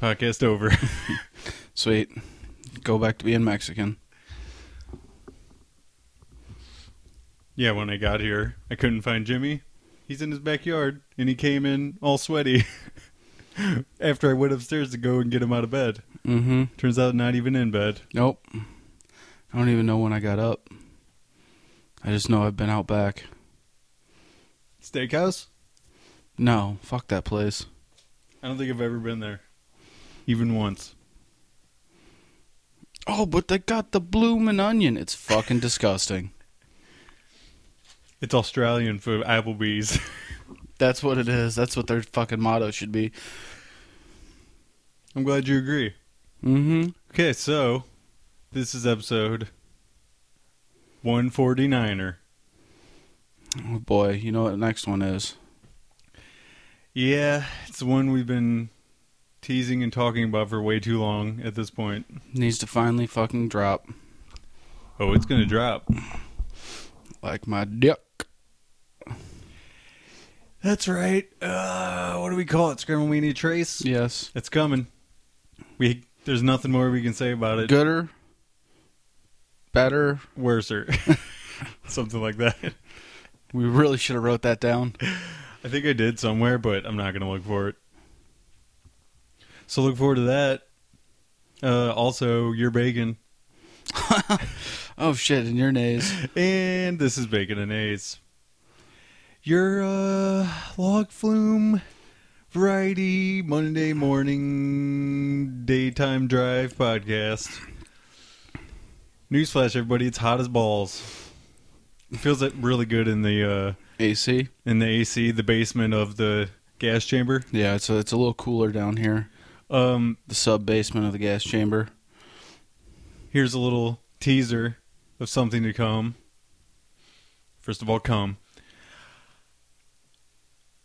Podcast over. Sweet. Go back to being Mexican. yeah, when I got here, I couldn't find Jimmy. He's in his backyard, and he came in all sweaty after I went upstairs to go and get him out of bed. Mm-hmm. Turns out, not even in bed. Nope. I don't even know when I got up. I just know I've been out back. Steakhouse? No, fuck that place. I don't think I've ever been there, even once. Oh, but they got the bloomin' onion. It's fucking disgusting. It's Australian for Applebee's. That's what it is. That's what their fucking motto should be. I'm glad you agree. Mm-hmm. Okay, so this is episode 149er. Oh boy, you know what the next one is. Yeah, it's the one we've been teasing and talking about for way too long at this point. Needs to finally fucking drop. Oh, it's gonna drop. Like my dick. That's right. Uh, what do we call it? Scramble Weenie Trace? Yes. It's coming. We there's nothing more we can say about it. Gooder. Better. Worser. Something like that. We really should have wrote that down. I think I did somewhere, but I'm not gonna look for it. So look forward to that. Uh, also, you're bacon, Oh shit, in your nays. and this is bacon and A's. Your uh, log flume variety Monday morning daytime drive podcast. Newsflash, everybody! It's hot as balls. It feels like really good in the uh, AC. in the AC, the basement of the gas chamber. Yeah, it's a, it's a little cooler down here. Um, The sub basement of the gas chamber. here's a little teaser of something to come. First of all, come.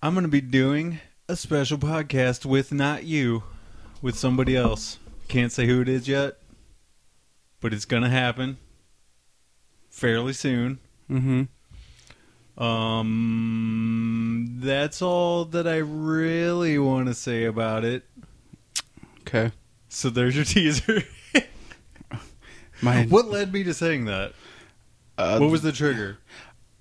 I'm going to be doing a special podcast with not you, with somebody else. Can't say who it is yet, but it's going to happen fairly soon. Mm-hmm. Um, that's all that I really want to say about it. Okay. So there's your teaser. My what led me to saying that? uh, What was the trigger?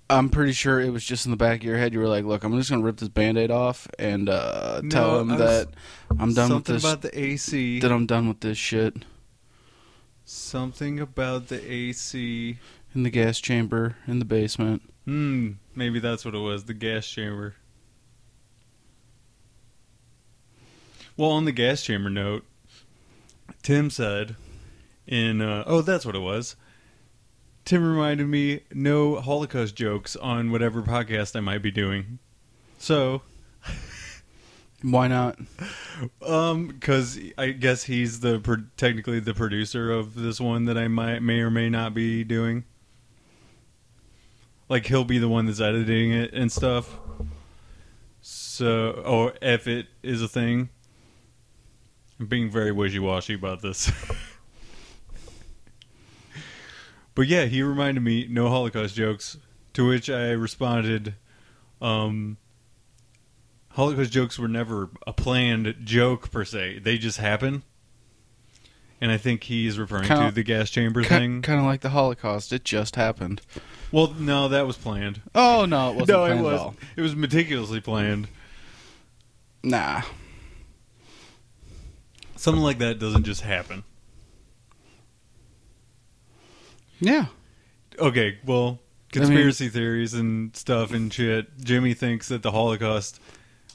I'm pretty sure it was just in the back of your head. You were like, "Look, I'm just gonna rip this band-aid off and uh, tell No, him I was- that I'm done with something this. about the AC. that I'm done with this shit Something about the AC. in the gas chamber in the basement." Hmm, maybe that's what it was. The gas chamber. Well, on the gas chamber note, Tim said, "In uh, oh, that's what it was." Tim reminded me no Holocaust jokes on whatever podcast I might be doing. So, Why not? um, because I guess he's the pro- technically the producer of this one that I might may or may not be doing. Like he'll be the one that's editing it and stuff. So, or if it is a thing, I'm being very wishy-washy about this. but yeah, he reminded me no Holocaust jokes. To which I responded, um. Holocaust jokes were never a planned joke per se. They just happen. And I think he's referring Kinda- to the gas chamber thing. Kind of like the Holocaust. It just happened. well, no, that was planned. Oh no, it wasn't no, planned it at was. all. It was meticulously planned. Nah. Something like that doesn't just happen. Yeah. Okay, well, I mean- conspiracy theories and stuff and shit. Jimmy thinks that the Holocaust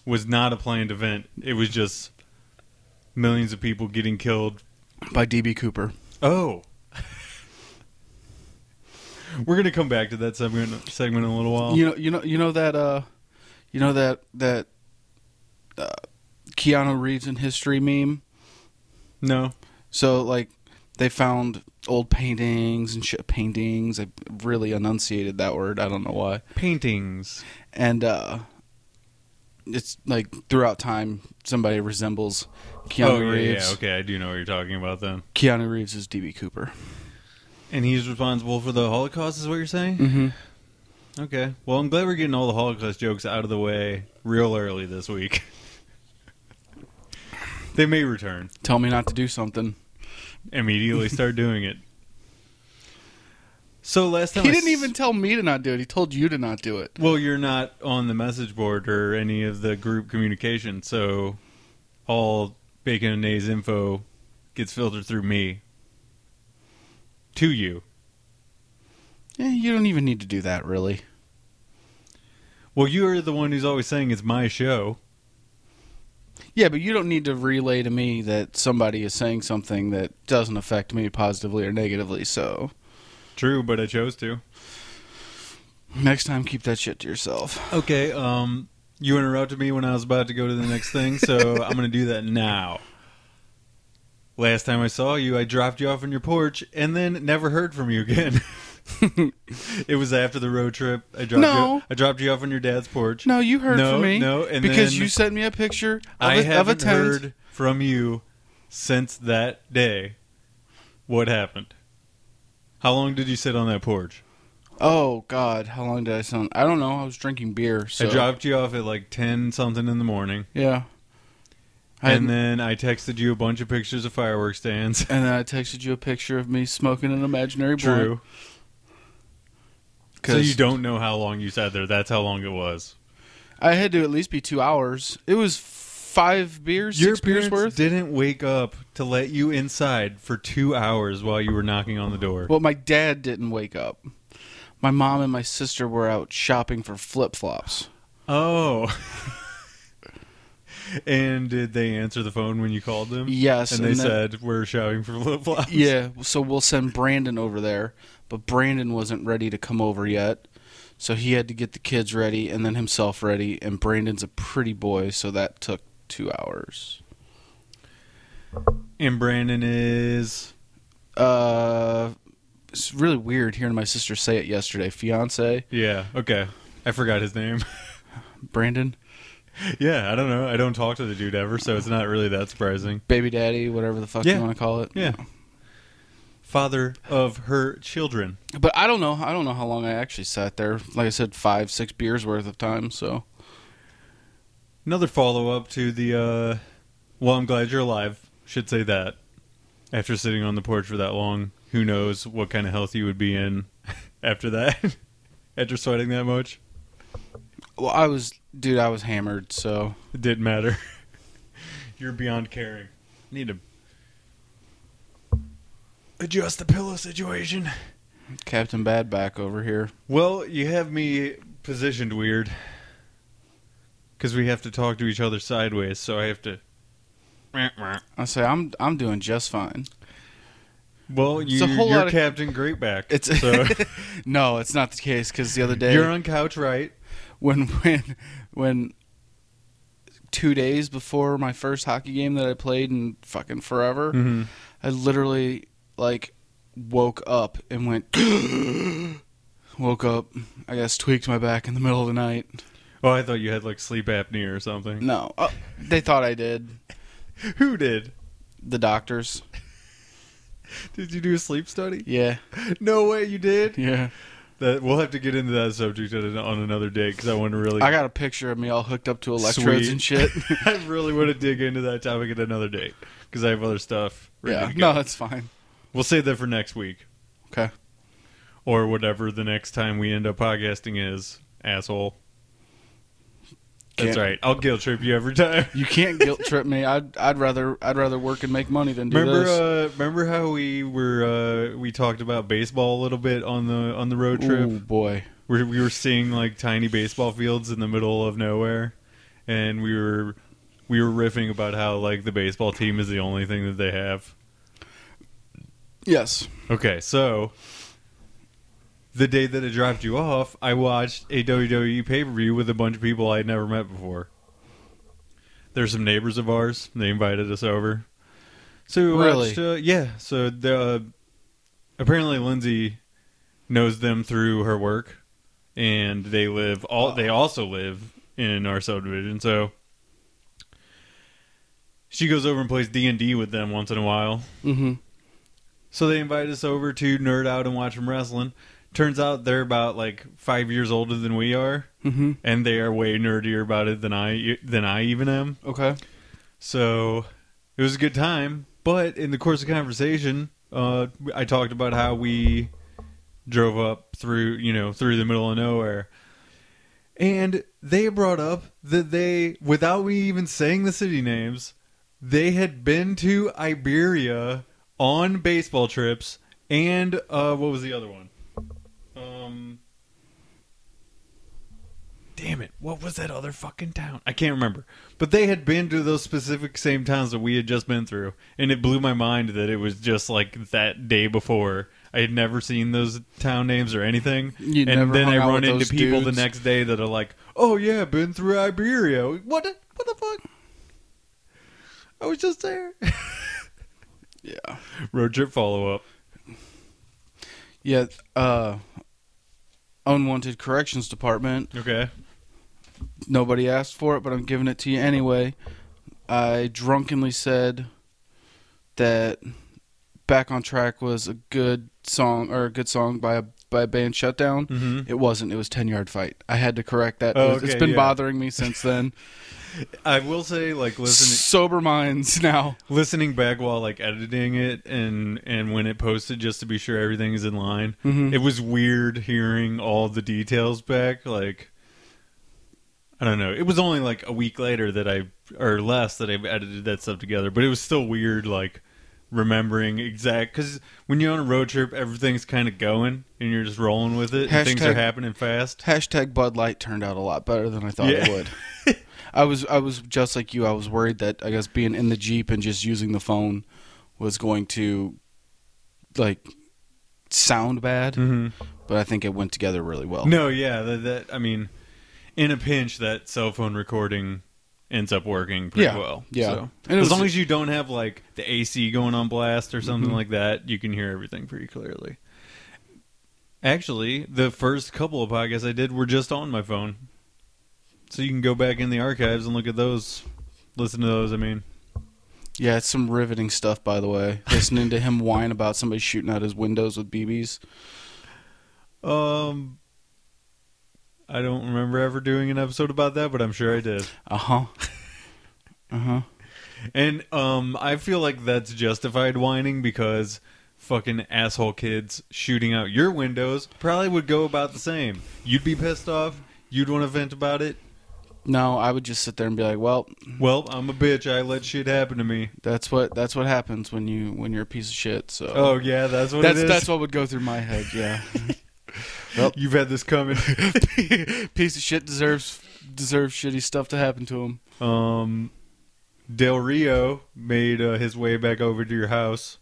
was not a planned event. It was just millions of people getting killed By DB Cooper. Oh. We're gonna come back to that segment segment in a little while. You know, you know, you know that, uh, you know that that uh, Keanu Reeves in history meme. No. So like, they found old paintings and shit. Paintings. I really enunciated that word. I don't know why. Paintings. And uh, it's like throughout time, somebody resembles Keanu oh yeah, Reeves. yeah, okay, I do know what you're talking about then. Keanu Reeves is DB Cooper. And he's responsible for the Holocaust is what you're saying? Mm-hmm. Okay. Well I'm glad we're getting all the Holocaust jokes out of the way real early this week. They may return. Tell me not to do something. Immediately start doing it. So last time He I didn't s- even tell me to not do it. He told you to not do it. Well, you're not on the message board or any of the group communication, so all Bacon and Nays info gets filtered through me to you. Eh, you don't even need to do that, really. Well, you're the one who's always saying it's my show. Yeah, but you don't need to relay to me that somebody is saying something that doesn't affect me positively or negatively. So True, but I chose to. next time, keep that shit to yourself. Okay, um, you interrupted me when I was about to go to the next thing, so I'm going to do that now. Last time I saw you, I dropped you off on your porch and then never heard from you again. it was after the road trip. I dropped No. you. I dropped you off on your dad's porch. No, you heard No, from me. no, and because then you sent me a picture of, I a, of a haven't tent. heard from you since that day. What happened? How long did you sit on that porch? Oh God, how long did I sound? I don't know. I was drinking beer. So I dropped you off at like ten something in the morning, Yeah. I and and then then I texted you a bunch of pictures of fireworks stands. and then I texted you a picture of me smoking an imaginary True. blunt. So you Because don't know how long you sat there. That's how long it was. I had to at least be two hours. It was five beers, Your six beers parents worth. didn't wake up to let you inside for two hours while you were knocking on the door. Well, my dad didn't wake up. My mom and my sister were out shopping for flip flops. Oh. and did they answer the phone when you called them? Yes, And they then- said we're shouting for flip flops. Yeah, so we'll send Brandon over there, but Brandon wasn't ready to come over yet. So he had to get the kids ready and then himself ready, and Brandon's a pretty boy, so that took 2 hours. And Brandon is Uh it's really weird hearing my sister say it yesterday. Fiance, yeah okay. I forgot his name. Brandon, yeah, I don't know. I don't talk to the dude ever, so it's not really that surprising. baby daddy, whatever the fuck Yeah. you want to call it. Yeah. Father of her children. But I don't know. I don't know how long I actually sat there. Like I said, five, six beers worth of time. So Another follow up to the uh well, I'm glad you're alive. Should say that. After sitting on the porch for that long, who knows what kind of health you would be in after that? after sweating that much? Well, I was, dude, I was hammered. So It didn't matter. you're beyond caring. Need to adjust the pillow situation. Captain Bad back over here. Well, you have me positioned weird. Cuz we have to talk to each other sideways, so I have to I say I'm, I'm doing just fine. Well, It's you, a whole you're lot of- Captain Greatback. It's so no, it's not the case because the other day you're on couch right. when, when, when two days before my first hockey game that I played in fucking forever, Mm-hmm. I literally like woke up and went. woke up. I guess tweaked my back in the middle of the night. Oh, I thought you had like sleep apnea or something. No, oh, they thought I did. Who did? The doctors. Did you do a sleep study? Yeah, No way, you did. yeah. That we'll have to get into that subject at an- on another day because I want to really, I got a picture of me all hooked up to electrodes Sweet. and shit. I really want to dig into that topic at another day because I have other stuff. Ready yeah, to go. no, that's fine. we'll save that for next week Okay. or whatever the next time we end up podcasting is. Asshole. That's Can't- right. I'll guilt trip you every time. You can't guilt trip me. I'd I'd rather I'd rather work and make money than do Remember, this. uh, remember how we were uh, we talked about baseball a little bit on the on the road trip. Ooh boy. Where we were seeing like tiny baseball fields in the middle of nowhere, and we were we were riffing about how like the baseball team is the only thing that they have. Yes. Okay, so the day that I dropped you off, I watched a WWE pay per view with a bunch of people I had never met before. There's some neighbors of ours. They invited us over. So we Really? watched. Uh, yeah. So the, uh, apparently Lindsay knows them through her work, and they live all. They also live in our subdivision. So she goes over and plays D and D with them once in a while. Mm-hmm. So they invite us over to nerd out and watch them wrestling. Turns out they're about like five years older than we are, Mm-hmm. and they are way nerdier about it than I than I even am. Okay. So It was a good time, but in the course of conversation, uh, I talked about how we drove up through, you know, through the middle of nowhere. And they brought up that they, without me even saying the city names, they had been to Iberia on baseball trips and uh, what was the other one? Um, damn it, what was that other fucking town? I can't remember. But they had been to those specific same towns that we had just been through, and it blew my mind that it was just like that day before. I had never seen those town names or anything, You'd and never then hung I out run with into those people dudes. the next day that are like, "Oh yeah, been through Iberia. What? the- What the fuck? I was just there." Yeah. Road trip follow up. Yeah. Uh, unwanted corrections department. Okay. Nobody asked for it, but I'm giving it to you anyway. I drunkenly said that "Back on Track" was a good song or a good song by a by a band Shutdown. Mm-hmm. It wasn't. It was Ten Yard Fight. I had to correct that. Oh, It's- it's okay, been yeah. bothering me since then. I will say, like listening Sober minds now. listening back while like editing it and and when it posted, just to be sure everything is in line. Mhm. It was weird hearing all the details back. Like, I don't know. It was only like a week later that I or less that I've edited that stuff together, but it was still weird. Like remembering exact because when you're on a road trip, everything's kind of going and you're just rolling with it. and things Hashtag- are happening fast. Hashtag Bud Light turned out a lot better than I thought it Yeah. would. I was I was just like you. I was worried that I guess being in the jeep and just using the phone was going to like sound bad, Mm-hmm. but I think it went together really well. No, yeah, that, that I mean, in a pinch, that cell phone recording ends up working pretty Yeah, well. yeah. so. And it as was- long as you don't have like the AC going on blast or something Mm-hmm. like that, you can hear everything pretty clearly. Actually, the first couple of podcasts I did were just on my phone, so you can go back in the archives and look at those, listen to those. I mean, Yeah, it's some riveting stuff, by the way. Listening to him whine about somebody shooting out his windows with BBs. um, I don't remember ever doing an episode about that, but I'm sure I did. Uh huh. Uh huh. And um, I feel like that's justified whining because fucking asshole kids shooting out your windows probably would go about the same. You'd be pissed off. You'd want to vent about it. No, I would just sit there and be like, "Well, Well, I'm a bitch. I let shit happen to me. that's what that's what happens when you when you're a piece of shit." So Oh yeah, that's what that's it is. that's what would go through my head. Yeah, You've had this coming. piece of shit deserves deserves shitty stuff to happen to him. um, Del Rio made uh, his way back over to your house.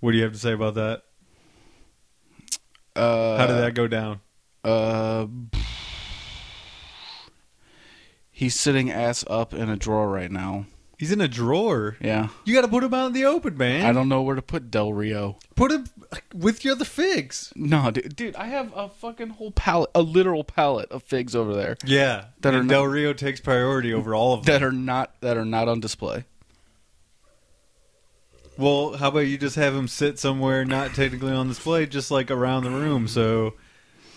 What do you have to say about that? Uh, How did that go down? Uh, he's sitting ass up in a drawer right now. He's in a drawer. Yeah, You got to put him out in the open, man. I don't know where to put Del Rio. Put him with your other figs. No, dude, dude, I have a fucking whole pallet, a literal pallet of figs over there Yeah, That are And Del Rio takes priority over all of them. that are not that are not on display. well, how about you just have him sit somewhere not technically on display, just like around the room, so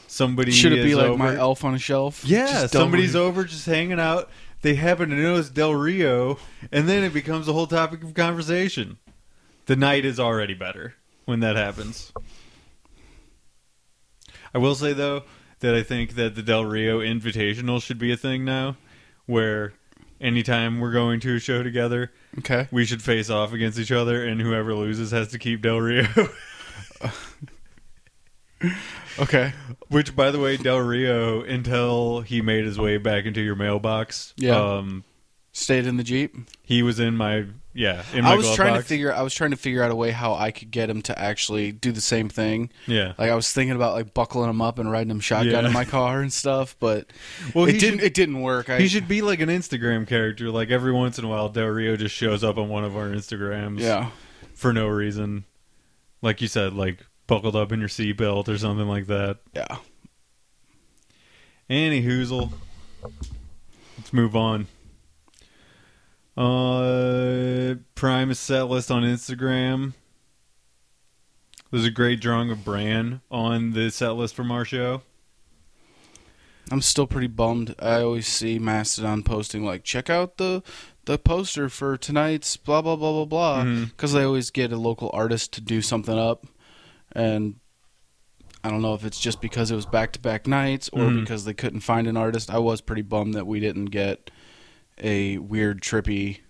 somebody Should it be is like over. my elf on a shelf? yeah, Just Del somebody's Rio. over just hanging out. They happen to notice Del Rio, and then it becomes a whole topic of conversation. The night is already better when that happens. I will say though that I think that the Del Rio Invitational should be a thing now, where anytime we're going to a show together, Okay. we should face off against each other, and whoever loses has to keep Del Rio. Okay. Which, by the way, Del Rio, until he made his way back into your mailbox, Yeah. um, Stayed in the jeep. he was in my yeah. In my I was glove trying box. to figure. I was trying to figure out a way how I could get him to actually do the same thing. Yeah. Like I was thinking about like buckling him up and riding him shotgun Yeah. in my car and stuff, but Well, it he didn't. should- it didn't work. I, He should be like an Instagram character. Like every once in a while, Del Rio just shows up on one of our Instagrams yeah. for no reason. Like you said, like buckled up in your seatbelt or something like that. Yeah. Annie Hoozle. Let's move on. Uh, Primus set list on Instagram. There's a great drawing of Bran on the set list from our show. I'm still pretty bummed. I always see Mastodon posting like, check out the the poster for tonight's blah blah blah blah blah, Mhm. because they always get a local artist to do something up, and I don't know if it's just because it was back to back nights or Mhm. because they couldn't find an artist. I was pretty bummed that we didn't get a weird trippy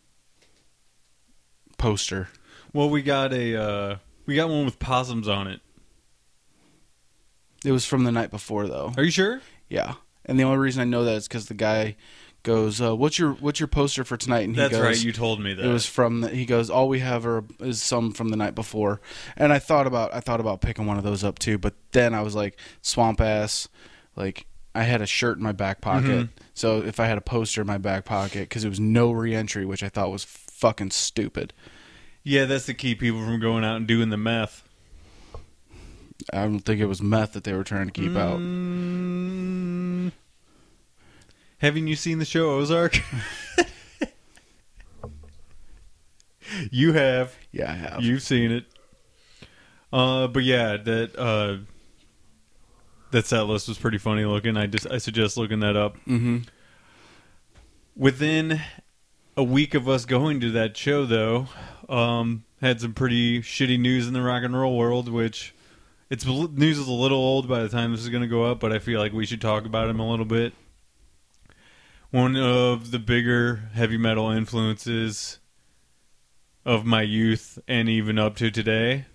poster. Well, we got a uh, we got one with possums on it. It was from the night before though. Are you sure? Yeah, and the only reason I know that is because the guy goes, uh, "What's your what's your poster for tonight?" And he That's goes, right. You told me that. It was from the, he goes, all we have are is some from the night before, and I thought about I thought about picking one of those up too, but then I was like swamp ass, like I had a shirt in my back pocket, Mhm. so if I had a poster in my back pocket because it was no reentry, which I thought was fucking stupid. yeah, that's to keep people from going out and doing the meth. I don't think it was meth that they were trying to keep out. Mm. Haven't you seen the show Ozark? you have. Yeah, I have. You've seen it. Uh, but yeah, that uh, that set list was pretty funny looking. I just I suggest looking that up. mm-hmm. Within a week of us going to that show, though, um, had some pretty shitty news in the rock and roll world, which it's news is a little old by the time this is going to go up, but I feel like we should talk about him a little bit. One of the bigger heavy metal influences of my youth and even up to today.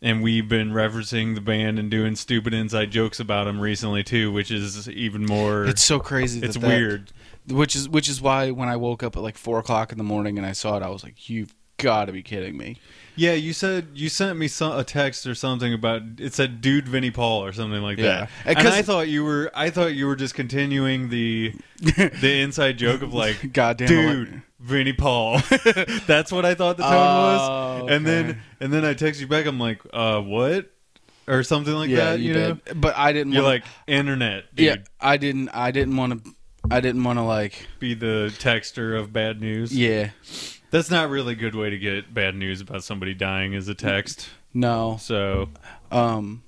And we've been referencing the band and doing stupid inside jokes about him recently too, which is even more It's so crazy. it's that that- weird. which is which is why when I woke up at like four o'clock in the morning and I saw it, I was like, "You've got to be kidding me!" Yeah, you said you sent me some, a text or something about it said "dude Vinnie Paul" or something like Yeah. that, And and 'cause- I thought you were I thought you were just continuing the the inside joke of like Goddamn, dude Vinnie Paul. That's what I thought the tone was, Oh, and then okay. and then I text you back. I'm like, uh, what or something like yeah, that. you, You, know, did. But I didn't. you're wanna, like internet, dude, yeah, I didn't. I didn't want to. I didn't want to like. be the texter of bad news. Yeah, That's not really a good way to get bad news about somebody dying as a text. no. So Um,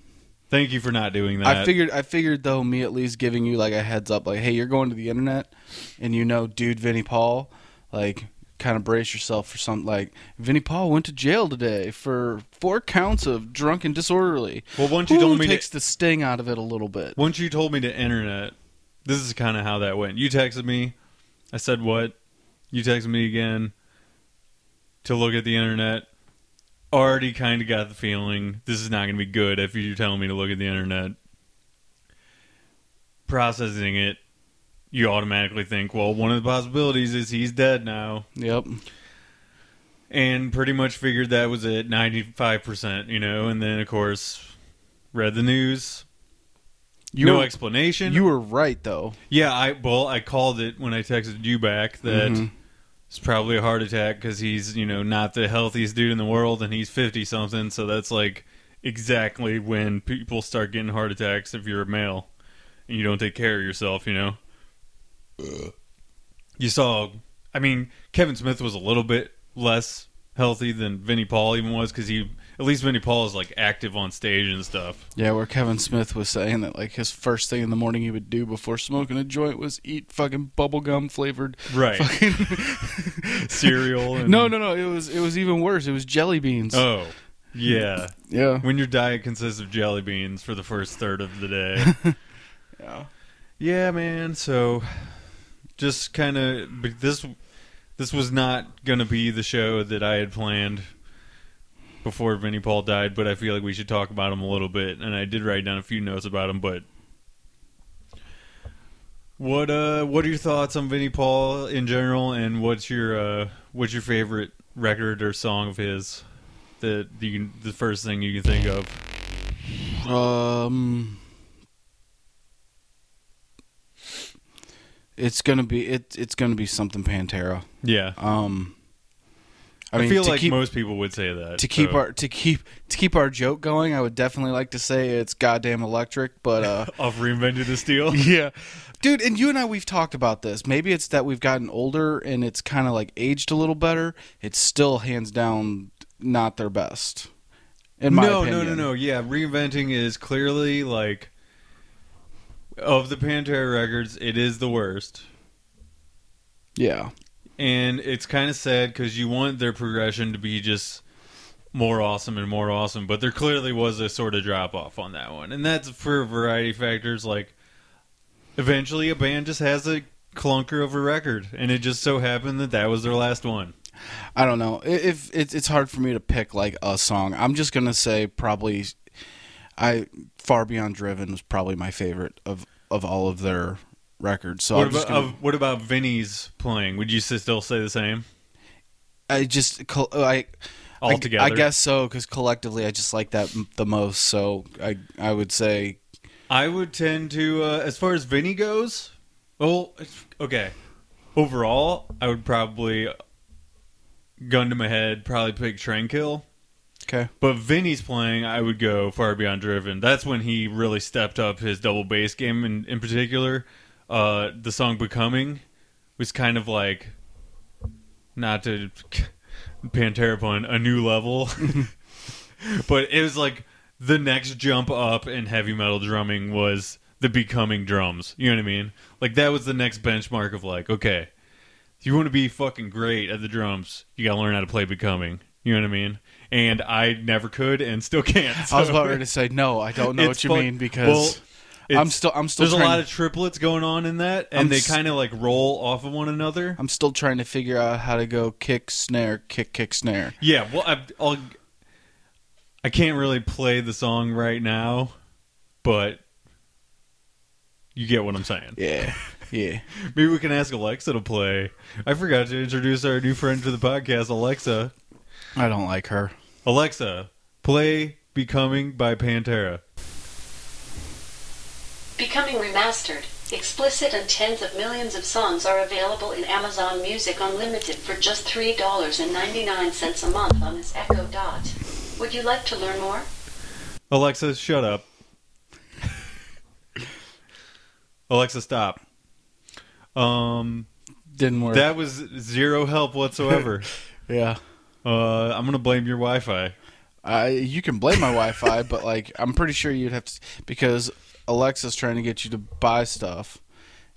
thank you for not doing that. I figured. I figured though, me at least giving you like a heads up, like, hey, you're going to the internet, and you know, dude, Vinnie Paul, like. Kind of brace yourself for something like Vinnie Paul went to jail today for four counts of drunk and disorderly. Well, once you Ooh, told me to takes the sting out of it a little bit. once you told me to internet, this is kind of how that went. You texted me, I said what, you texted me again to look at the internet. Already kind of got the feeling this is not going to be good if you're telling me to look at the internet. Processing it, you automatically think, well, one of the possibilities is he's dead now. Yep. and pretty much figured that was it 95% you know and then of course read the news You no were, explanation you were right though. yeah i well i called it when i texted you back that Mhm. it's probably a heart attack because he's you know not the healthiest dude in the world and he's 50 something so that's like exactly when people start getting heart attacks if you're a male and you don't take care of yourself you know you saw i mean kevin smith was a little bit less healthy than vinnie paul even was because he at least vinnie paul is like active on stage and stuff Yeah, where Kevin Smith was saying that like his first thing in the morning he would do before smoking a joint was eat fucking bubblegum flavored right fucking cereal and No, no, no, it was it was even worse. It was jelly beans. oh yeah yeah. when your diet consists of jelly beans for the first third of the day Yeah. Yeah, man. So, just kind of but this this was not going to be the show that I had planned before Vinnie Paul died, but I feel like we should talk about him a little bit. And I did write down a few notes about him, but what uh what are your thoughts on Vinnie Paul in general and what's your uh what's your favorite record or song of his that you can, the first thing you can think of? Um It's going to be it it's going to be something Pantera. Yeah. Um I, I, mean, feel to like keep, most people would say that. to keep so- our to keep to keep our joke going, I would definitely like to say it's goddamn electric, but uh I've reinvented the steel. yeah. Dude, and you and I we've talked about this. Maybe it's that we've gotten older and it's kind of like aged a little better. It's still hands down not their best. In my no, opinion. no, no, no. Yeah, reinventing is clearly like Of the Pantera records, it is the worst. Yeah. And it's kind of sad because you want their progression to be just more awesome and more awesome, but there clearly was a sort of drop off on that one. And that's for a variety of factors. Like, eventually a band just has a clunker of a record, and it just so happened that that was their last one. I don't know. I- If it's it's hard for me to pick like a song, I'm just gonna say probably, I Far Beyond Driven was probably my favorite of of all of their records. So what, I'm just about, gonna, of- what about Vinny's playing? Would you s- still say the same? I just col- I. I- Altogether? I, guess so because collectively I just like that m- the most. So I I would say I would tend to, uh, as far as Vinny goes, well, it's- okay. Overall, I would probably, gun to my head, probably pick Tranquil. okay. But Vinny's playing, I would go far beyond driven. That's when he really stepped up his double bass game, in, in particular, uh, the song "Becoming" was kind of like, not to Pantera pun, a new level, but it was like the next jump up in heavy metal drumming was the becoming drums. You know what I mean? Like that was the next benchmark of like, okay, if you want to be fucking great at the drums, you gotta learn how to play becoming. You know what I mean? And I never could, and still can't. I was so- about ready to say no. I don't know It's what you fuck- mean well, because I'm it's- still I'm still There's a trying lot to- of triplets going on in that, and I'm they s- kind of like roll off of one another. I'm still trying to figure out how to go kick snare kick kick snare. Yeah, well, I, I'll, I can't really play the song right now, but you get what I'm saying. Yeah, yeah. Maybe we can ask Alexa to play. I forgot to introduce our new friend to the podcast, Alexa. I don't like her. Alexa, play "Becoming" by Pantera. Becoming remastered, explicit and tens of millions of songs are available in Amazon Music Unlimited for just $3.99 a month on this Echo Dot. Would you like to learn more? Alexa, shut up. Alexa, stop. Um, Didn't work. that was zero help whatsoever. yeah. uh, I'm gonna blame your Wi-Fi. I you can blame my Wi-Fi, but like I'm pretty sure you'd have to because Alexa's trying to get you to buy stuff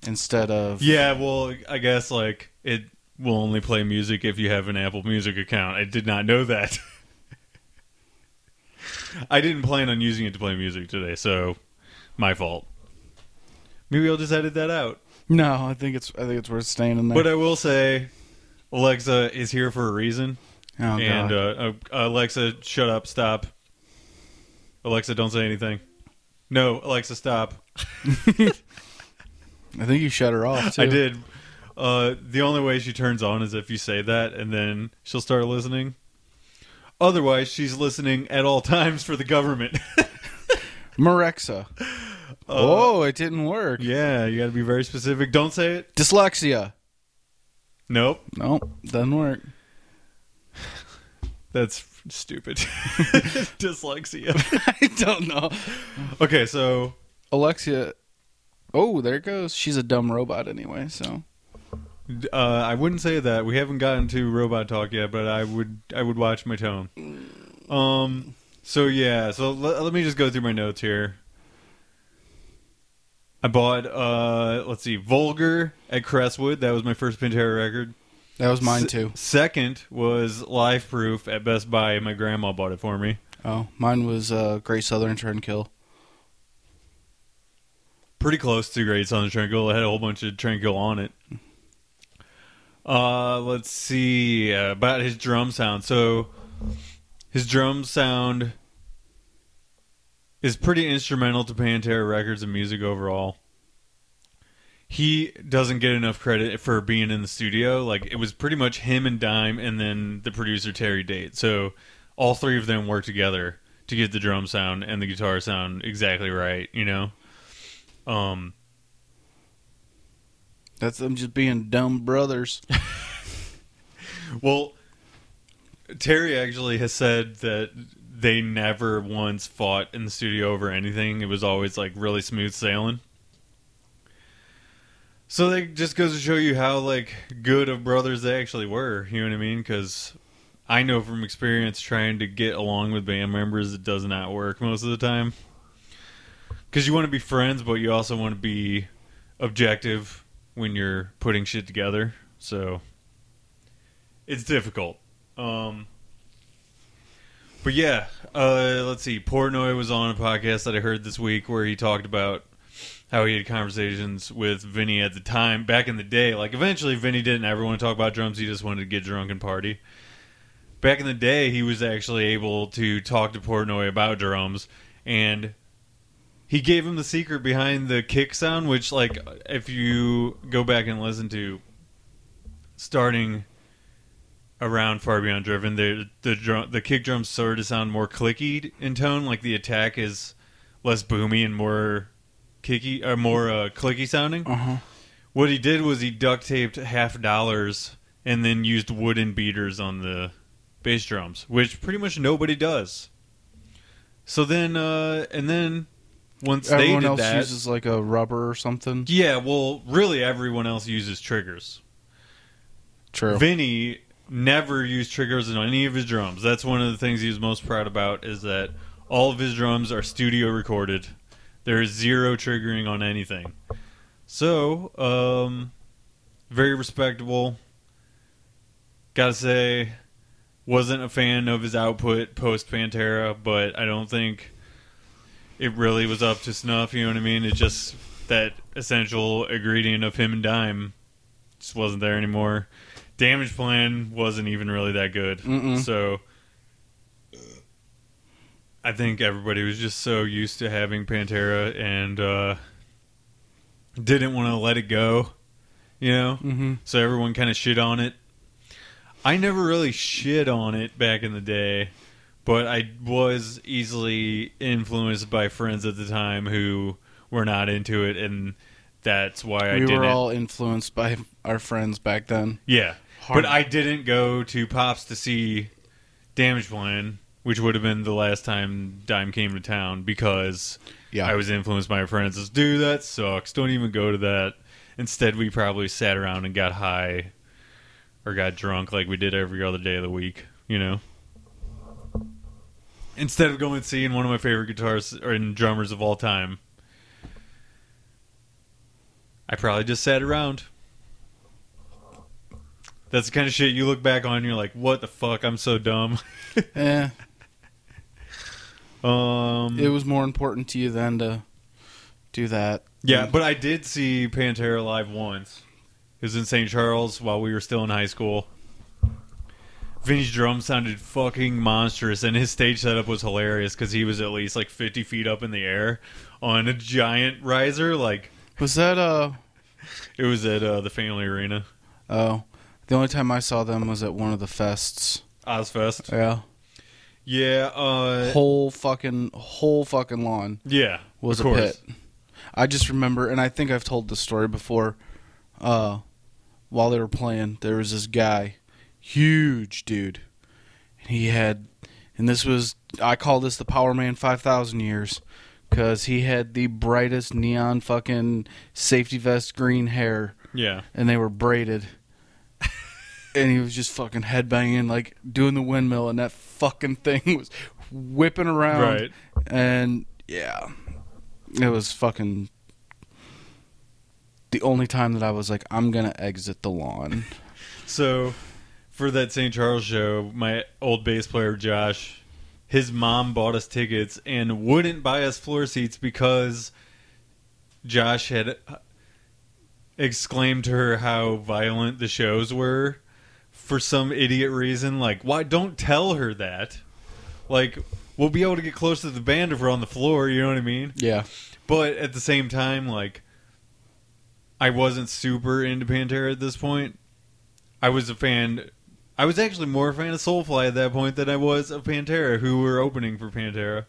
instead of Yeah, well, I guess like it will only play music if you have an Apple Music account. I did not know that. I didn't plan on using it to play music today, so my fault. Maybe I'll just edit that out. No, I think it's I think it's worth staying in there. But uh, I will say, Alexa is here for a reason. oh, God. and uh, uh, Alexa, shut up, stop. Alexa, don't say anything. No, Alexa, stop. I think you shut her off too. I did. Uh, the only way she turns on is if you say that, and then she'll start listening. Otherwise, she's listening at all times for the government. Marexa. oh, it didn't work. yeah, you got to be very specific. Don't say it. Dyslexia. Nope, No, doesn't work. that's stupid. Dyslexia. I don't know. Okay, so Alexia. Oh, there it goes. She's a dumb robot anyway. So uh, I wouldn't say that. We haven't gotten to robot talk yet, but I would I would watch my tone. Um. So yeah. So let, let me just go through my notes here. I bought uh let's see, Vulgar at Crestwood. That was my first Pantera record. that was mine S- too. second was Life Proof at Best Buy. My grandma bought it for me. Oh, mine was uh, Great Southern Turnkill. pretty close to Great Southern Triangle. It had a whole bunch of Triangle on it. Uh, let's see uh, about his drum sound. So his drum sound is pretty instrumental to Pantera records and music overall. He doesn't get enough credit for being in the studio. Like it was pretty much him and Dime, and then the producer Terry Date. So all three of them work together to get the drum sound and the guitar sound exactly right. You know. Um, That's them just being dumb brothers. well, Terry actually has said that they never once fought in the studio over anything. It was always like really smooth sailing. So that just goes to show you how like good of brothers they actually were. You know what I mean? Because I know from experience trying to get along with band members, it does not work most of the time. because you want to be friends, but you also want to be objective when you're putting shit together. So it's difficult. Um, but yeah, uh, let's see. Portnoy was on a podcast that I heard this week where he talked about how he had conversations with Vinny at the time back in the day. Like eventually, Vinny didn't ever want to talk about drums. He just wanted to get drunk and party. Back in the day, he was actually able to talk to Portnoy about drums, and he gave him the secret behind the kick sound, which, like, if you go back and listen to starting around Far Beyond Driven, the the drum, the kick drums sort of sound more clicky in tone. Like the attack is less boomy and more kicky or more uh, clicky sounding. Uh-huh. What he did was he duct taped half dollars and then used wooden beaters on the bass drums, which pretty much nobody does. So then, uh, and then once Everyone they did else that, uses like a rubber or something. yeah, well, really everyone else uses triggers. True. Vinny never used triggers on any of his drums. That's one of the things he was most proud about is that all of his drums are studio recorded. There is zero triggering on anything. So, um, very respectable. Gotta say, wasn't a fan of his output post Pantera, but I don't think it really was up to snuff. You know what I mean? It just that essential ingredient of him and Dime just wasn't there anymore. Damage Plan wasn't even really that good. Mm-mm. So I think everybody was just so used to having Pantera and uh, didn't want to let it go. You know? Mm-hmm. so everyone kind of shit on it. I never really shit on it back in the day, but I was easily influenced by friends at the time who were not into it, and that's why I we didn't. were all influenced by our friends back then. yeah, Hard- but I didn't go to Pops to see Damage Plan, which would have been the last time Dime came to town because Yeah. I was influenced by my friends. Says, Dude, that sucks. Don't even go to that. Instead, we probably sat around and got high or got drunk like we did every other day of the week, you know? Instead of going and seeing one of my favorite guitarists or and drummers of all time, I probably just sat around. That's the kind of shit you look back on and you're like, what the fuck? I'm so dumb. Eh, Um, it was more important to you then to do that. Yeah, but I did see Pantera live once. It was in St. Charles while we were still in high school. Vinny's drum sounded fucking monstrous, and his stage setup was hilarious because he was at least like 50 feet up in the air on a giant riser. Like, Was that uh it was at uh, the family arena, oh? The only time I saw them was at one of the fests. Ozfest. Yeah. Yeah, uh, Whole fucking whole fucking lawn. yeah. was of a course. pit. I just remember, and I think I've told this story before. Uh, while they were playing, there was this guy, huge dude, and he had, and this was I call this the Power Man five thousand years, because he had the brightest neon fucking safety vest green hair, Yeah. and they were braided. And he was just fucking headbanging, like doing the windmill, and that fucking thing was whipping around Right. and yeah, it was fucking the only time that I was like, I'm gonna exit the lawn. So, for that St. Charles show, my old bass player Josh, his mom bought us tickets and wouldn't buy us floor seats because Josh had exclaimed to her how violent the shows were for some idiot reason. Like, why? Don't tell her that. Like, we'll be able to get close to the band if we're on the floor. You know what I mean? Yeah, But at the same time, like, I wasn't super into Pantera at this point. I was a fan. I was actually more a fan of Soulfly at that point than I was of Pantera, who were opening for Pantera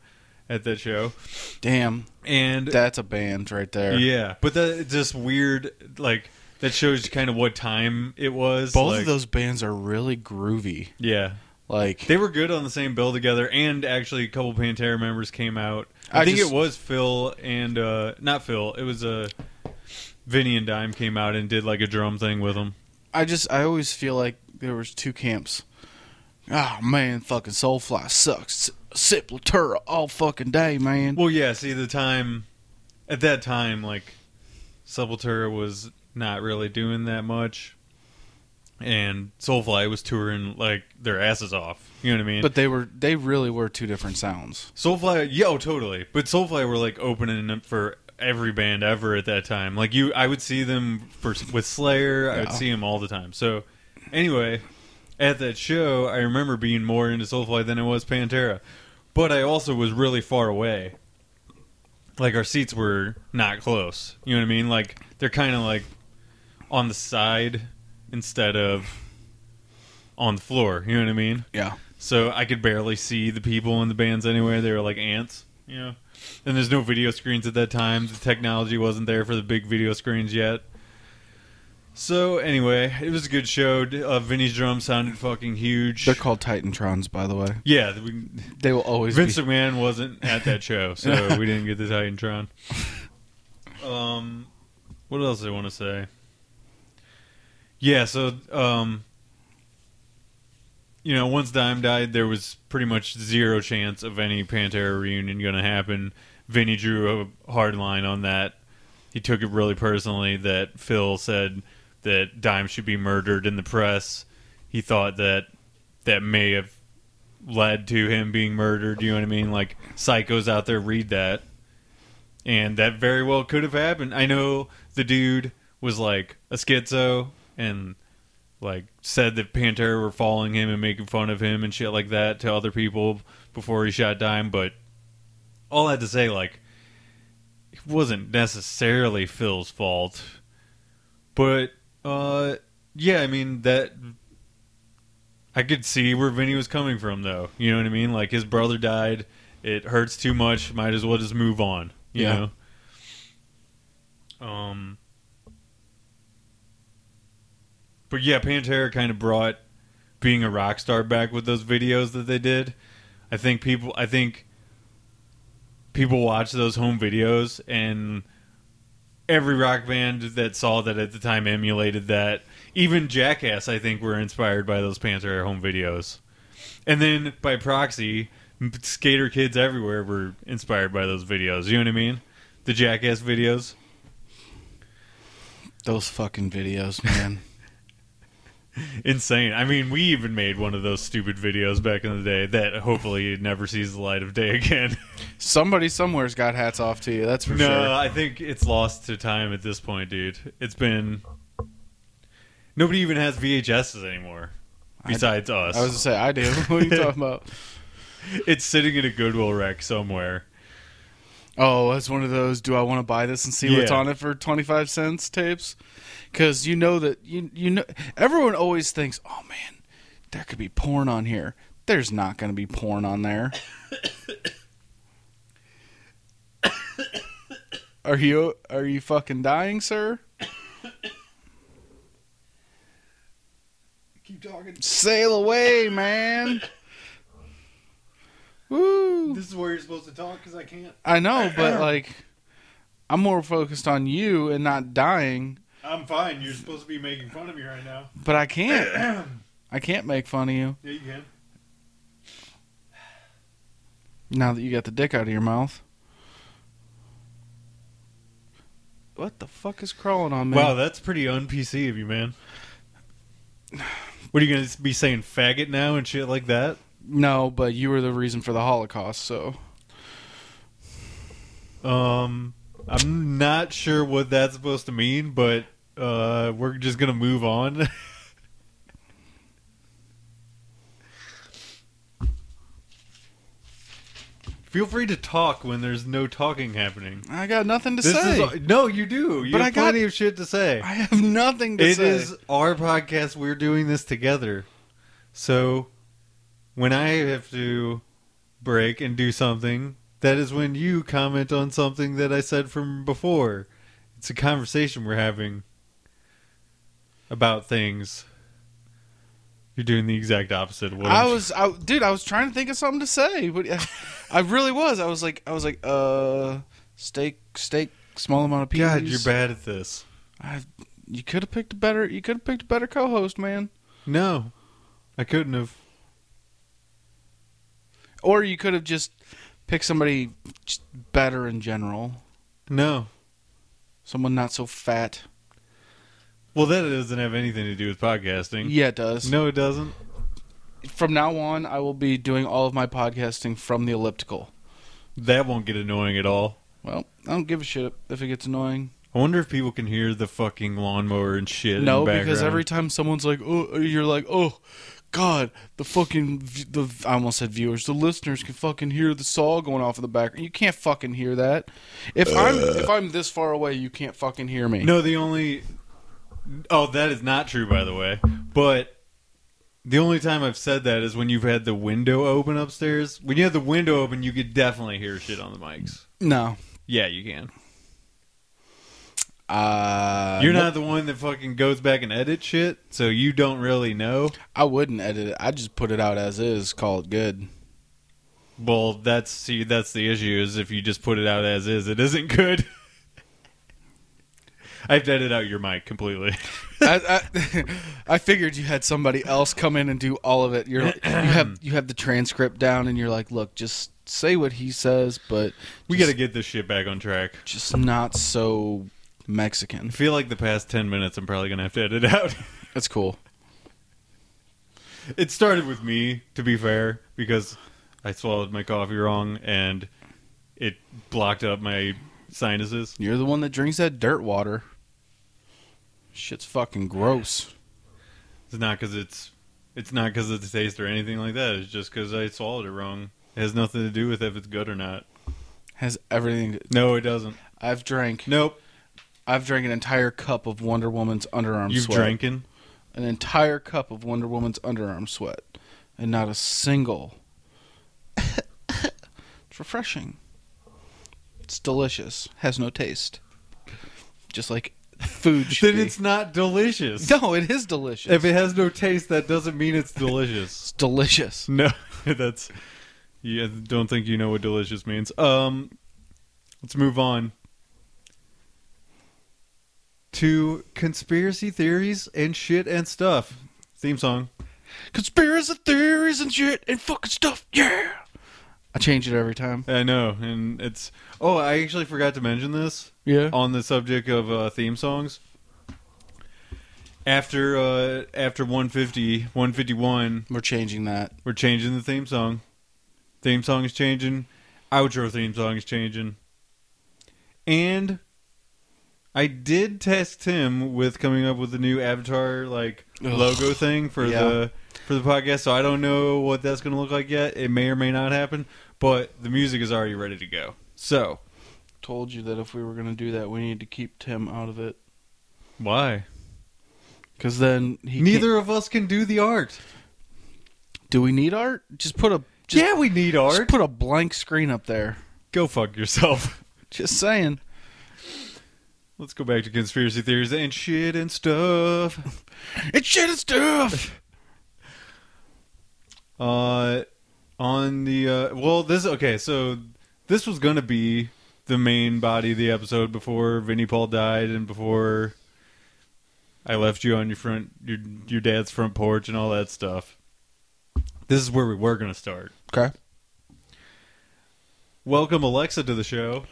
at that show. damn, And that's a band right there. yeah, but that just weird. Like that shows kind of what time it was. Both like- of those bands are really groovy. Yeah, Like, they were good on the same bill together. And actually, a couple Pantera members came out. I, I think just- it was Phil and uh, not Phil. It was uh, Vinny and Dime came out and did like a drum thing with them. I just, I always feel like there was two camps. Oh man, fucking Soulfly sucks. S- Sip Latura all fucking day, man. Well, yeah. See, the time at that time, like Sepultura was not really doing that much, and Soulfly was touring like their asses off. You know what I mean? But they were they really were two different sounds. Soulfly, yo, totally. But Soulfly were like opening up for every band ever at that time. Like you, I would see them for with Slayer. I would Yeah. see them all the time. So, anyway, at that show, I remember being more into Soulfly than I was Pantera, but I also was really far away. Like our seats were not close. You know what I mean? Like they're kind of like on the side instead of on the floor. You know what I mean? Yeah. so I could barely see the people in the bands anyway. They were like ants, you know. And there's no video screens at that time. The technology wasn't there for the big video screens yet. So anyway, it was a good show. Uh, Vinny's drum sounded fucking huge. They're called Titantrons, by the way. yeah, we, They will always Vince be. McMahon wasn't at that show, so we didn't get the Titantron. Um, what else do I want to say? Yeah, so um, you know, once Dime died, there was pretty much zero chance of any Pantera reunion going to happen. Vinny drew a hard line on that. He took it really personally that Phil said that Dime should be murdered in the press. He thought that that may have led to him being murdered. You know what I mean? Like psychos out there read that, and that very well could have happened. I know the dude was like a schizo and like said that Pantera were following him and making fun of him and shit like that to other people before he shot Dime. But all I had to say, like, it wasn't necessarily Phil's fault, but uh, yeah, I mean that I could see where Vinny was coming from, though. You know what I mean? Like his brother died. It hurts too much. Might as well just move on. You Yeah. know. Um. But yeah, Pantera kind of brought being a rock star back with those videos that they did. I think people. I think people watch those home videos and every rock band that saw that at the time emulated that. Even Jackass, I think, were inspired by those Panther home videos. And then by proxy, m- skater kids everywhere were inspired by those videos. You know what I mean? The Jackass videos. Those fucking videos, man. Insane. I mean, we even made one of those stupid videos back in the day that hopefully never sees the light of day again. Somebody somewhere's got hats off to you. That's for no, sure. I think it's lost to time at this point, dude. It's been nobody even has VHSs anymore besides us. I was to say I do. what are you talking about? It's sitting in a Goodwill rack somewhere. Oh, it's one of those. Do I want to buy this and see what's Yeah. on it for twenty five cents tapes? Because you know that you you know everyone always thinks, oh man, there could be porn on here. There's not going to be porn on there. are you are you fucking dying, sir? Keep talking. Sail away, man. Woo! This is where you're supposed to talk because I can't. I know, but like, I'm more focused on you and not dying. I'm fine. You're supposed to be making fun of me right now. But I can't. I can't make fun of you Yeah, you can. now that you got the dick out of your mouth. What the fuck is crawling on me? Wow, that's pretty un-PC of you, man. What are you gonna be saying, faggot now and shit like that? no, but you were the reason for the Holocaust, so Um, I'm not sure what that's supposed to mean, but uh, we're just gonna move on. Feel free to talk when there's no talking happening. I got nothing to This say. is no, you do. You But have I got- plenty of shit to say. I have nothing to It is say. our podcast. We're doing this together. So when I have to break and do something, that is when you comment on something that I said from before. It's a conversation we're having about things. You're doing the exact opposite of what I I'm- was, I, dude. I was trying to think of something to say, but I, I really was. I was like, I was like, uh, steak, steak, small amount of peas. God, you're bad at this. I, you could have picked a better. You could have picked a better co-host, man. No, I couldn't have. Or you could have just picked somebody just better in general. No. Someone not so fat. Well, that doesn't have anything to do with podcasting. Yeah, it does. No, it doesn't. From now on, I will be doing all of my podcasting from the elliptical. That won't get annoying at all. Well, I don't give a shit if it gets annoying. I wonder if people can hear the fucking lawnmower and shit. no, in the because background. every time someone's like, "Oh," you're like, "Oh, God," the fucking v- the I almost said viewers, the listeners can fucking hear the saw going off in the background. You can't fucking hear that. If I'm if I'm this far away, you can't fucking hear me. Uh. No, the only. Oh, that is not true, by the way. But the only time I've said that is when you've had the window open upstairs. When you have the window open, you could definitely hear shit on the mics. no. Yeah, you can. Uh, You're not the one that fucking goes back and edits shit, so you don't really know. I wouldn't edit it. I just put it out as is, call it good. Well, that's see, that's the issue. Is if you just put it out as is, it isn't good. I have to edit out your mic completely. I, I, I figured you had somebody else come in and do all of it. You're like, you have you have the transcript down, and you're like, look, just say what he says, but We got just, to get this shit back on track. just not so Mexican. I feel like the past ten minutes, I'm probably gonna have to edit out. That's cool. It started with me, to be fair, because I swallowed my coffee wrong and it blocked up my sinuses. You're the one that drinks that dirt water. Shit's fucking gross. It's not because it's it's not because of the taste or anything like that. It's just because I swallowed it wrong. It has nothing to do with if it's good or not. Has everything. to- No, it doesn't. I've drank. Nope. I've drank an entire cup of Wonder Woman's underarm You've sweat. drinking. an entire cup of Wonder Woman's underarm sweat, and not a single. it's refreshing. It's delicious. Has no taste. Just like food. Should Then be. it's not delicious. no, it is delicious. If it has no taste, that doesn't mean it's delicious. it's delicious. no, that's. You don't think you know what delicious means. Um, let's move on to conspiracy theories and shit and stuff. Theme song. Conspiracy theories and shit and fucking stuff. Yeah. I change it every time. I know, and it's. Oh, I actually forgot to mention this. Yeah. on the subject of uh, theme songs. After uh, after 150, 151, We're changing that. we're changing the theme song. Theme song is changing. Outro theme song is changing. And I did test him with coming up with a new avatar like Ugh. logo thing for Yeah. the for the podcast. So I don't know what that's going to look like yet. It may or may not happen, but the music is already ready to go. So Told you that if we were gonna do that, we need to keep Tim out of it. why? Cause then he can't- Neither of us can do the art. Do we need art? Just put a just yeah, we need Just art. put a blank screen up there. Go fuck yourself. Just saying. Let's go back to conspiracy theories and shit and stuff. It's shit and stuff. Uh, on the uh, well, this okay. So this was gonna be the main body of the episode before Vinnie Paul died and before I left you on your front your your dad's front porch and all that stuff. This is where we were gonna start. Okay. Welcome Alexa to the show.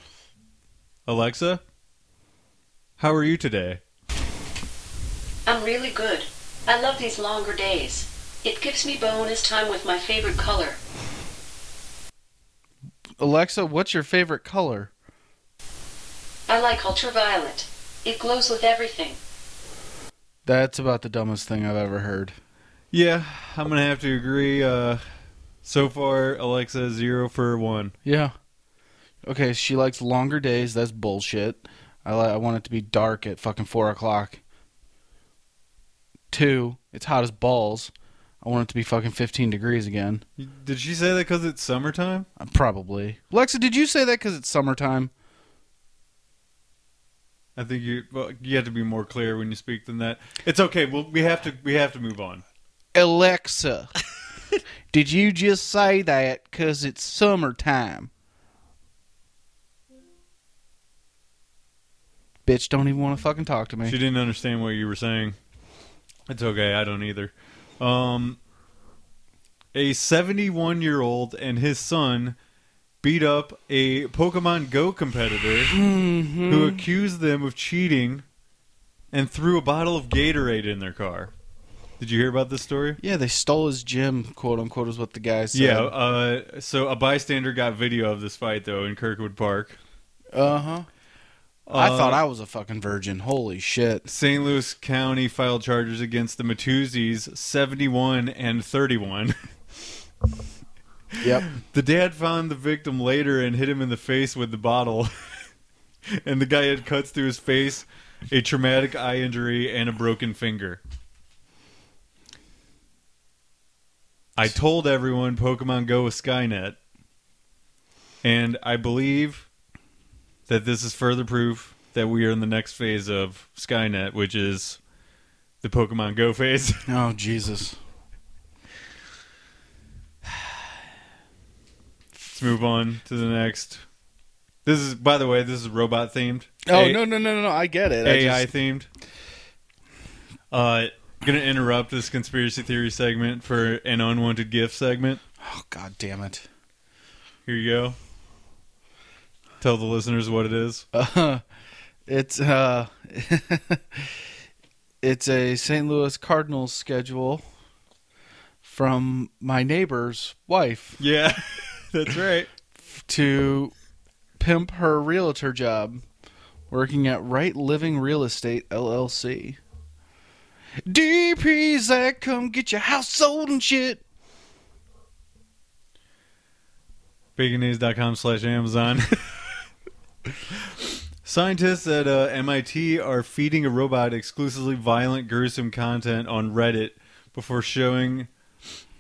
Alexa, how are you today? I'm really good. I love these longer days. It gives me bonus time with my favorite color. Alexa, what's your favorite color? I like ultraviolet. It glows with everything. That's about the dumbest thing I've ever heard. Yeah, I'm gonna have to agree. Uh, so far, Alexa zero for one. Yeah. Okay, she likes longer days. That's bullshit. I li- I want it to be dark at fucking four o'clock. Two, it's hot as balls. I want it to be fucking fifteen degrees again. Did she say that because it's summertime? Uh, Probably. Alexa, did you say that because it's summertime? I think you well, you have to be more clear when you speak than that. It's okay. Well, we have to we have to move on. Alexa, did you just say that because it's summertime? Bitch, don't even want to fucking talk to me. She didn't understand what you were saying. It's okay. I don't either. Um, a 71 year old and his son beat up a Pokemon Go competitor Mm-hmm. who accused them of cheating and threw a bottle of Gatorade in their car. Did you hear about this story? Yeah, they stole his gym, quote unquote, is what the guy said. Yeah, uh, so a bystander got video of this fight though in Kirkwood Park. Uh huh. Uh, I thought I was a fucking virgin. Holy shit. St. Louis County filed charges against the Matuzis 71 and 31. Yep. The dad found the victim later and hit him in the face with the bottle. and the guy had cuts through his face, a traumatic eye injury, and a broken finger. I told everyone Pokemon Go was Skynet. And I believe that this is further proof that we are in the next phase of Skynet, which is the Pokemon Go phase. Oh, Jesus. Let's move on to the next. This is, by the way, this is robot themed. Oh, A- no, no, no, no, no. I get it. I AI just, themed. Uh, gonna interrupt this conspiracy theory segment for an unwanted gift segment. oh, God damn it. Here you go. Tell the listeners what it is. Uh, it's uh, it's a St. Louis Cardinals schedule from my neighbor's wife Yeah, that's right. to pimp her realtor job, working at Right Living Real Estate LLC. DP Zach, come get your house sold and shit. Baconaise.com slash Amazon. Scientists at uh, MIT are feeding a robot exclusively violent, gruesome content on Reddit before showing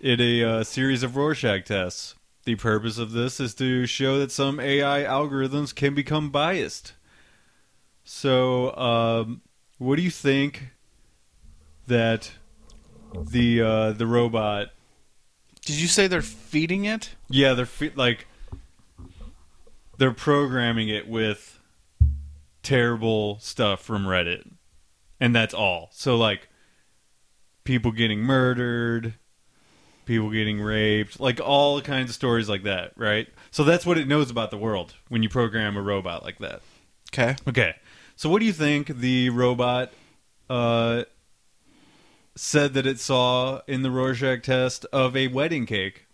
it a uh, series of Rorschach tests. The purpose of this is to show that some AI algorithms can become biased. So, um, what do you think that the uh, the robot Did you say they're feeding it? yeah, they're fe- like they're programming it with terrible stuff from Reddit, and that's all. So like people getting murdered, people getting raped, like all kinds of stories like that, right? So that's what it knows about the world when you program a robot like that. Okay. Okay. So what do you think the robot uh, said that it saw in the Rorschach test of a wedding cake?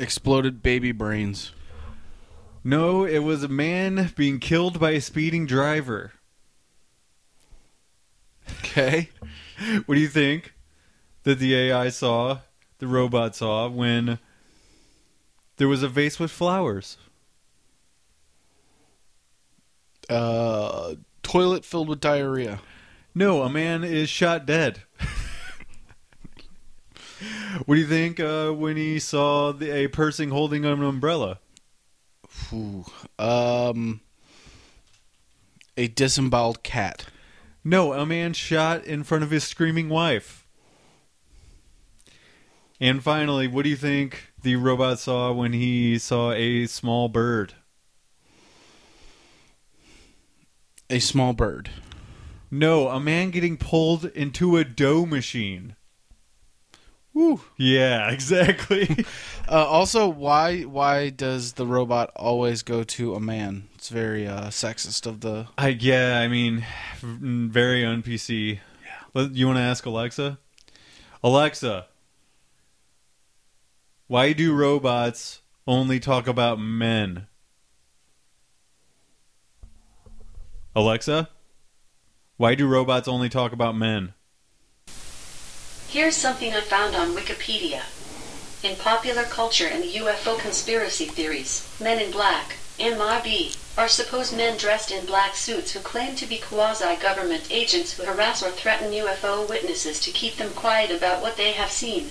Exploded baby brains. No, it was a man being killed by a speeding driver. Okay. What do you think that the AI saw, the robot saw, when there was a vase with flowers? Uh, toilet filled with diarrhea. No, a man is shot dead. what do you think uh, when he saw the, a person holding an umbrella? Ooh, um, a disemboweled cat. No, a man shot in front of his screaming wife. And finally, what do you think the robot saw when he saw a small bird? A small bird. No, a man getting pulled into a dough machine. Woo. Yeah, exactly. Uh, also, why why does the robot always go to a man? It's very uh, sexist of the. I yeah, I mean, very un PC. Yeah. You want to ask Alexa? Alexa, why do robots only talk about men? Alexa, why do robots only talk about men? Here's something I found on Wikipedia. In popular culture and UFO conspiracy theories, men in black, MIB, are supposed men dressed in black suits who claim to be quasi-government agents who harass or threaten UFO witnesses to keep them quiet about what they have seen.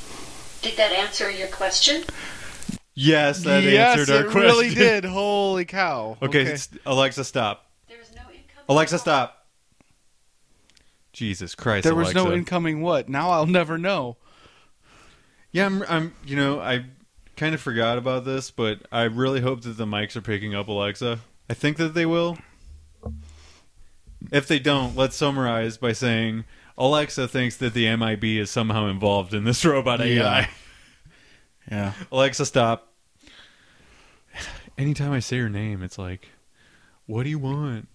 Did that answer your question? Yes, that answered our it question. really did. Holy cow. Okay, s- Alexa, stop. There is no income. Alexa, stop. Jesus Christ, There was no Alexa. incoming what? Now I'll never know. Yeah, I'm. I'm. You know, I kind of forgot about this, but I really hope that the mics are picking up Alexa. I think that they will. If they don't, let's summarize by saying Alexa thinks that the MIB is somehow involved in this robot AI. Yeah. Alexa, stop. anytime I say her name, it's like, what do you want?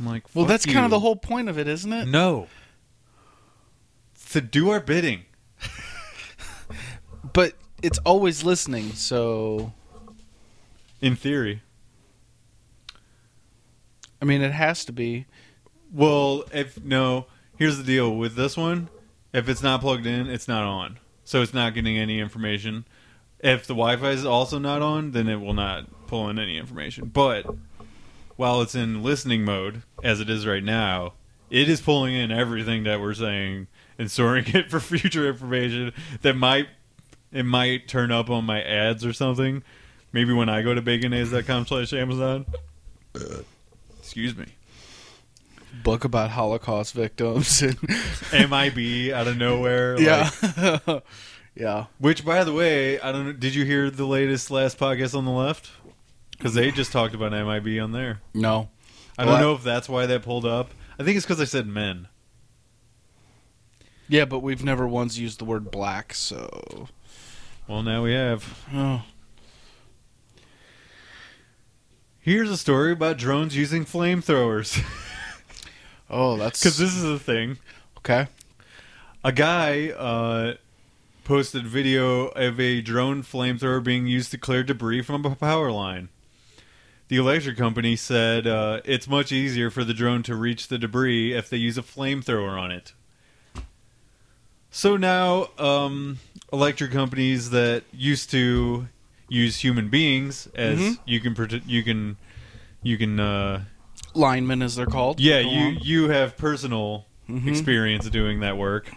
I'm like, Well, "Fuck that's kind you." of the whole point of it, isn't it? No. To do our bidding. But it's always listening, so In theory. I mean, it has to be. Well, if no, here's the deal with this one. If it's not plugged in, it's not on. So it's not getting any information. If the Wi-Fi is also not on, then it will not pull in any information. But while it's in listening mode, as it is right now, it is pulling in everything that we're saying and storing it for future information that might it might turn up on my ads or something. Maybe when I go to baconays.com slash Amazon. Excuse me. Book about Holocaust victims. And MIB out of nowhere. like- yeah. yeah. which, by the way, I don't know. Did you hear the latest last podcast on the left? Because they just talked about MIB on there. No. I don't Well, I- know if that's why that pulled up. I think it's because I said men. Yeah, but we've never once used the word black, so. Well, now we have. Oh. Here's a story about drones using flamethrowers. Oh, that's. Because this is a thing. okay. A guy uh, posted video of a drone flamethrower being used to clear debris from a power line. The electric company said uh, it's much easier for the drone to reach the debris if they use a flamethrower on it. So now, um, electric companies that used to use human beings as Mhm. you can prote- you can you can uh, Linemen, as they're called. yeah, Go you on. you have personal Mhm. experience doing that work.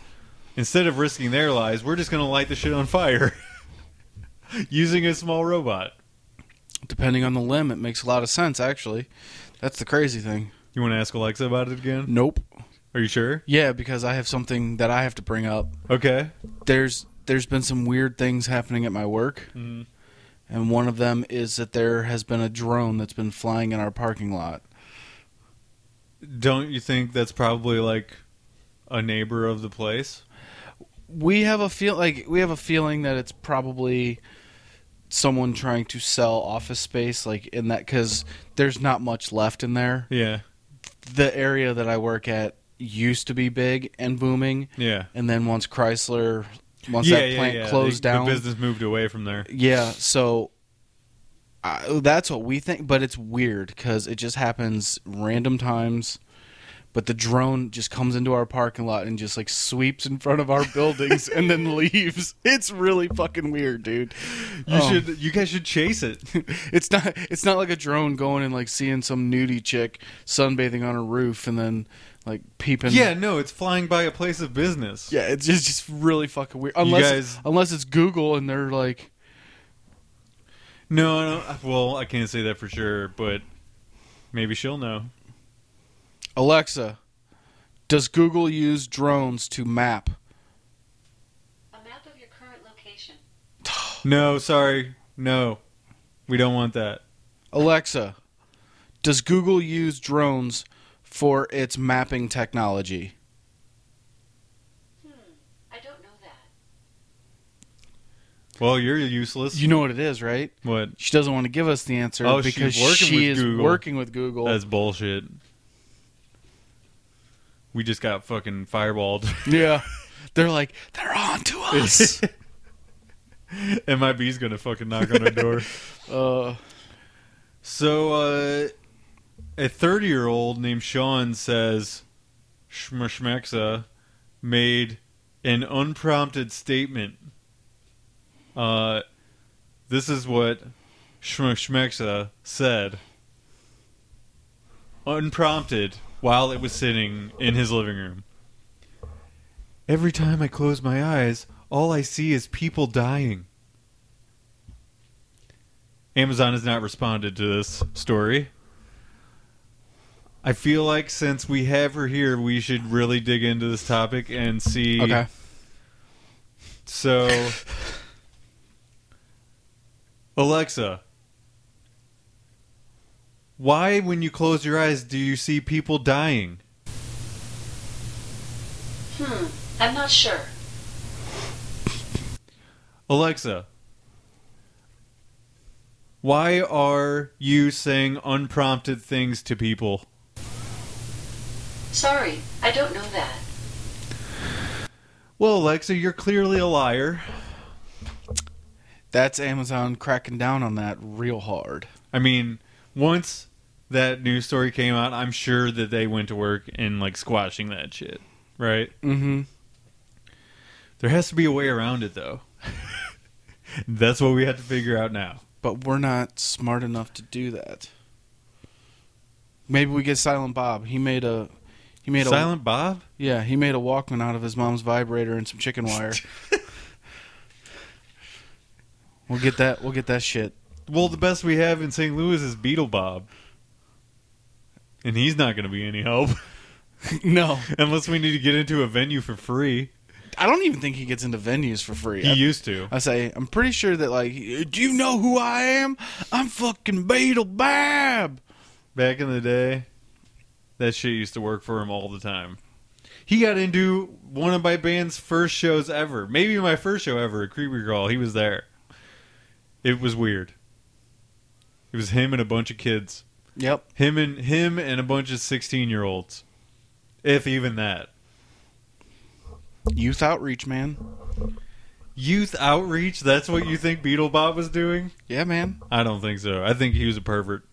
Instead of risking their lives, we're just going to light the shit on fire using a small robot. Depending on the limb, it makes a lot of sense, actually. That's the crazy thing. You want to ask Alexa about it again? Nope. Are you sure? Yeah, because I have something that I have to bring up. Okay. There's there's been some weird things happening at my work, Mhm. and one of them is that there has been a drone that's been flying in our parking lot. Don't you think that's probably like a neighbor of the place? We have a feel like we have a feeling that it's probably someone trying to sell office space, like in that because there's not much left in there. Yeah. The area that I work at used to be big and booming, Yeah. and then once Chrysler, once yeah, that yeah, plant yeah. closed The- down, The business moved away from there. Yeah, so I, that's what we think, but it's weird because it just happens random times. But the drone just comes into our parking lot and just like sweeps in front of our buildings and then leaves. It's really fucking weird, dude. You Um, should. You guys should chase it. It's not. It's not like a drone going and like seeing some nudie chick sunbathing on her roof and then like peeping. yeah. No, it's flying by a place of business. Yeah, it's just just really fucking weird. Unless guys- unless it's Google and they're like, No, I don't, well, I can't say that for sure, but maybe she'll know. Alexa, does Google use drones to map? A map of your current location. No, sorry. No. We don't want that. Alexa, does Google use drones for its mapping technology? Hmm, I don't know that. Well, you're useless. You know what it is, right? what? She doesn't want to give us the answer Oh, she's because working she with is Google. working with Google. That's bullshit. We just got fucking fireballed. yeah. They're like, they're on to us. MIB's gonna fucking knock on our door. uh, So, uh, a 30 year old named Sean says Schmashmexa made an unprompted statement. Uh, this is what Schmashmexa said unprompted while it was sitting in his living room. Every time I close my eyes, all I see is people dying. Amazon has not responded to this story. I feel like since we have her here, we should really dig into this topic and see. okay. So, Alexa, why, when you close your eyes, do you see people dying? Hmm, I'm not sure. Alexa, Why are you saying unprompted things to people? Sorry, I don't know that. Well, Alexa, you're clearly a liar. That's Amazon cracking down on that real hard. I mean, once that news story came out, I'm sure that they went to work in like squashing that shit, right? Mm-hmm. There has to be a way around it, though. That's what we have to figure out now. But we're not smart enough to do that. Maybe we get Silent Bob. He made a he made a Silent Bob? Yeah, he made a Walkman out of his mom's vibrator and some chicken wire. we'll get that. We'll get that shit. Well, the best we have in St. Louis is Beetle Bob. And he's not going to be any help no, unless we need to get into a venue for free. I don't even think he gets into venues for free. He I, used to. I say, I'm pretty sure that like, do you know who I am? I'm fucking Beetle Bab. Back in the day, that shit used to work for him all the time. He got into one of my band's first shows ever. Maybe my first show ever at Creepy Crawl. He was there. It was weird. It was him and a bunch of kids. Yep. Him and him and a bunch of 16-year-olds. If even that. Youth outreach, man. Youth outreach? That's what you think Beetle Bob was doing? Yeah, man. I don't think so. I think he was a pervert.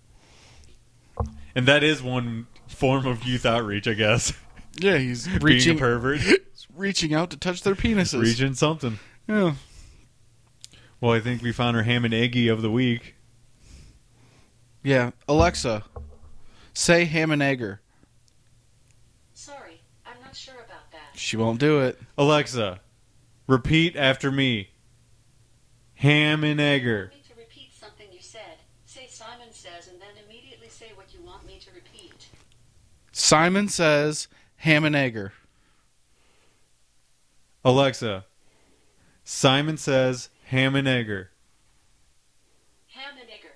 And that is one form of youth outreach, I guess. Yeah, he's Being reaching a pervert. reaching out to touch their penises. Reaching something. Yeah. Well, I think we found our ham and eggy of the week. Yeah. Alexa, say ham and egger. Sorry, I'm not sure about that. She won't do it. Alexa, repeat after me. Ham and egger. Want me to repeat something you said? Say Simon says and then immediately say what you want me to repeat. Simon says ham and egger. Alexa, Simon says ham and egger. Ham and egger.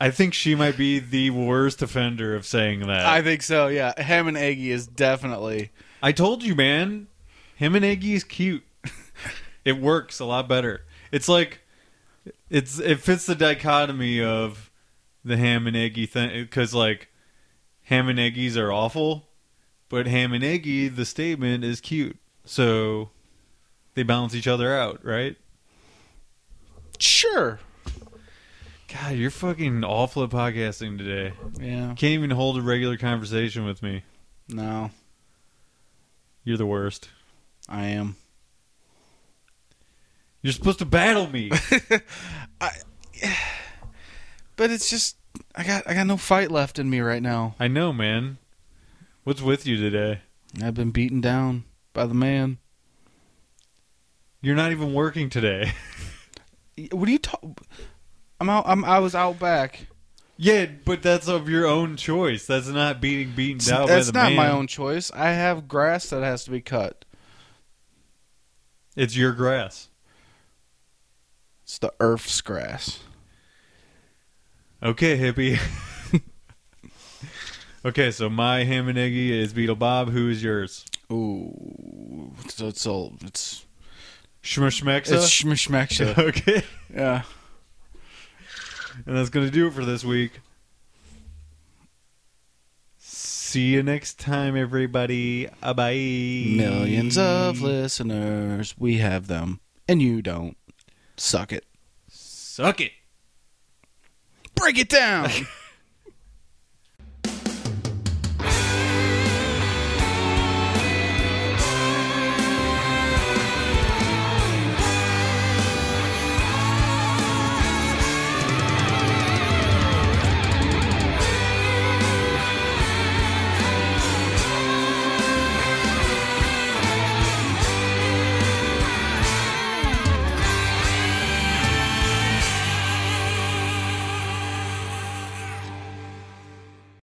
I think she might be the worst offender of saying that. I think so. Yeah, ham and eggy is definitely. I told you, man. Him and Iggy is cute. it works a lot better. It's like it's it fits the dichotomy of the ham and Iggy thing because like ham and Iggy's are awful, but ham and Iggy the statement is cute. So they balance each other out, right? Sure. God, you're fucking awful at podcasting today. Yeah. Can't even hold a regular conversation with me. No, You're the worst. I am. You're supposed to battle me. But it's just I got I got no fight left in me right now. I know, man. What's with you today? I've been beaten down by the man. You're not even working today. What are you talking? I'm out. I'm, I was out back. yeah, but that's of your own choice. That's not being beaten down by That's the not man. my own choice. I have grass that has to be cut. It's your grass. It's the Earth's grass. Okay, hippie. okay, so my ham and eggy is Beetle Bob. Who is yours? Ooh, so it's all it's Schmishmexa. it's shmishmaksha. okay, yeah. and that's gonna do it for this week. See you next time, everybody. Uh, Bye. Millions of listeners, we have them, and you don't. Suck it. Suck it. Break it down.